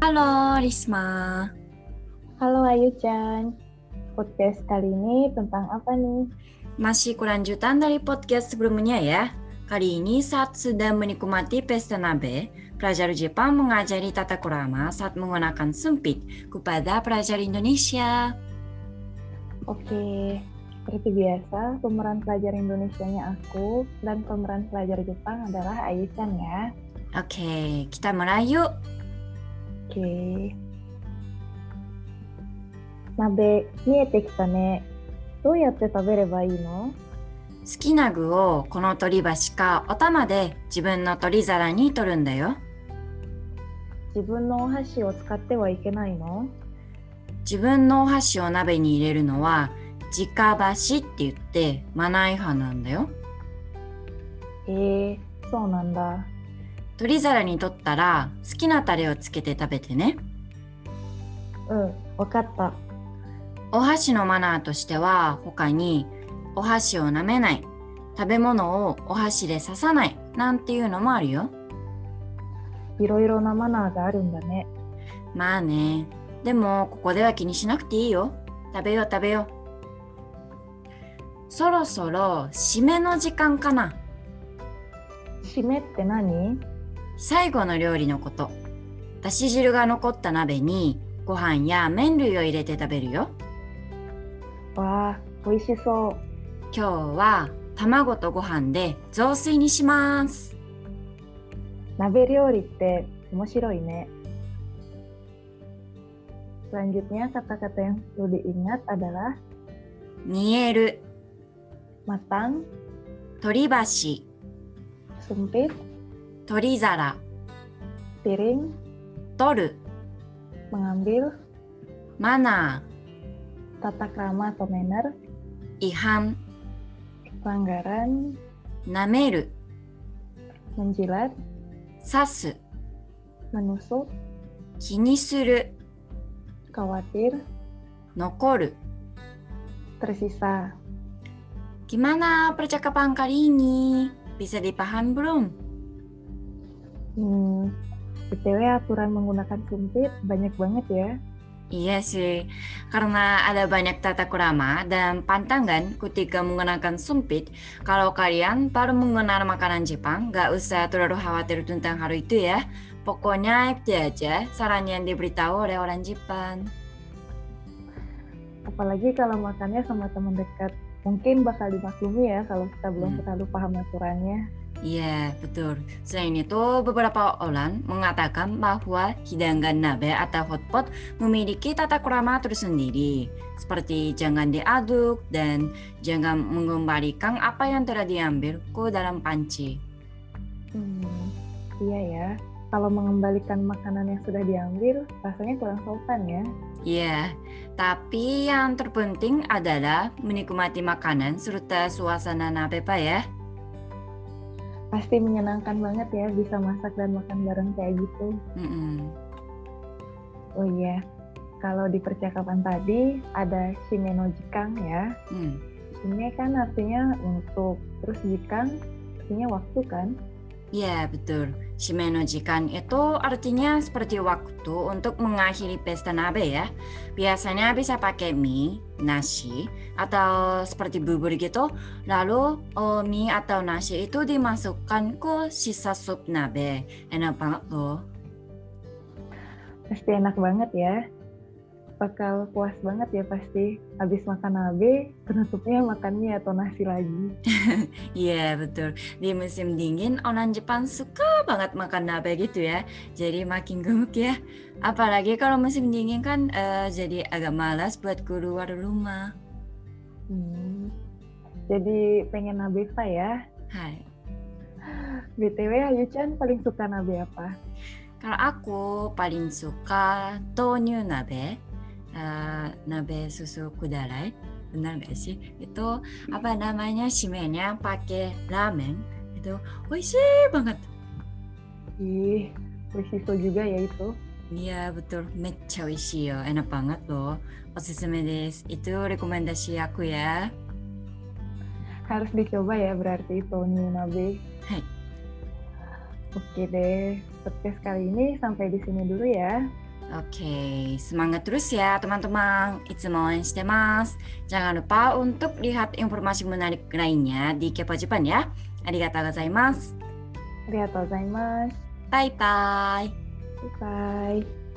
Halo, Risma. Halo Ayu Chan. Podcast kali ini tentang apa nih? Masih kelanjutan dari podcast sebelumnya ya. Kali ini saat sudah menikmati pesta nabe, pelajar Jepang mengajari tata krama saat menggunakan sumpit kepada pelajar Indonesia. Oke, seperti biasa pemeran pelajar Indonesianya aku dan pemeran pelajar Jepang adalah Ayu Chan ya. Oke, kita mulai yuk. Oke. Nabe, miete kita ne. どうやって食べればいいの好きな具をこの取り箸かお玉で自分の取り皿に取るんだよ。自分のお箸を使ってはいけないの自分のお箸を鍋に入れるのは直箸って言ってマナー違反なんだよ。へえそうなんだ。取り皿に取ったら好きなタレをつけて食べてね。うん、わかった。お箸のマナーとしては他にお箸を舐めない食べ物をお箸で刺さないなんていうのもあるよいろいろなマナーがあるんだね。まあねでもここでは気にしなくていいよ食べよう食べようそろそろ締めの時間かな締めって何最後の料理のことだし汁が残った鍋にご飯や麺類を入れて食べるよわあ、美味しそう。今日は卵とご飯で雑炊にします鍋料理って面白いね。Selanjutnya kata-kata yang perlu diingat adalah 煮える matang, 取り箸 sempit, 取り皿 piring, 取る mengambil, マナ tata krama atau manner, ー違反 pelanggaran, なめる menjilat, 刺す menusuk, 気にする khawatir, 残る tersisa. Gimana percakapan kali ini? Bisa dipaham belum? Hmm, btw aturan menggunakan sumpit banyak banget ya. Iya sih, karena ada banyak tata krama dan pantangan ketika menggunakan sumpit, kalau kalian baru mengenal makanan Jepang, nggak usah terlalu khawatir tentang hal itu ya. Pokoknya ikuti aja saran yang diberitahu oleh orang Jepang. Apalagi kalau makannya sama teman dekat. Mungkin bakal dimaklumi ya kalau kita belum Hmm. terlalu paham aturannya. Iya, betul. Selain itu, beberapa orang mengatakan bahwa hidangan nabe atau hotpot memiliki tata krama tersendiri, seperti jangan diaduk dan jangan mengembalikan apa yang telah diambil ke dalam panci. Hmm, iya ya. Kalau mengembalikan makanan yang sudah diambil, rasanya kurang sopan ya. Iya, tapi yang terpenting adalah menikmati makanan serta suasana nabe, Pak ya. Pasti menyenangkan banget ya bisa masak dan makan bareng kayak gitu. Mm-mm. Oh iya, kalau di percakapan tadi ada shime no jikang ya. Mm. Shime kan artinya untuk, terus jikang artinya waktu kan. Ya, betul. Shime no jikan itu artinya seperti waktu untuk mengakhiri pesta nabe ya. Biasanya bisa pakai mie, nasi, atau seperti bubur gitu. Lalu eh, mie atau nasi itu dimasukkan ke sisa sup nabe. Enak banget loh. Pasti enak banget ya. Bakal puas banget ya pasti. Habis makan nabe, penutupnya makan mie atau nasi lagi. Iya, betul. Di musim dingin, orang Jepang suka banget makan nabe gitu ya. Jadi makin gemuk ya. Apalagi kalau musim dingin kan eh, jadi agak malas buat keluar rumah. Jadi pengen nabe apa ya? Hai. BTW Ayu Chan paling suka nabe apa? Kalau aku paling suka tonyu nabe, eh, nabe susu kudarai, benar gak sih? Itu apa namanya shimennya pakai ramen, itu oishi banget. Ih, risiko juga ya itu. Iya betul, mecha oishi yo, enak banget loh. Osusume desu. Itu rekomendasi aku ya. Harus dicoba ya berarti itu new nabe. Hai. Oke deh, podcast kali ini sampai di sini dulu ya. Oke, semangat terus ya teman-teman. It's mau応援してます. Jangan lupa untuk lihat informasi menarik lainnya di Kepo Jepang ya. Arigatou gozaimasu. ありがとうございます。 Bye bye. バイバイ。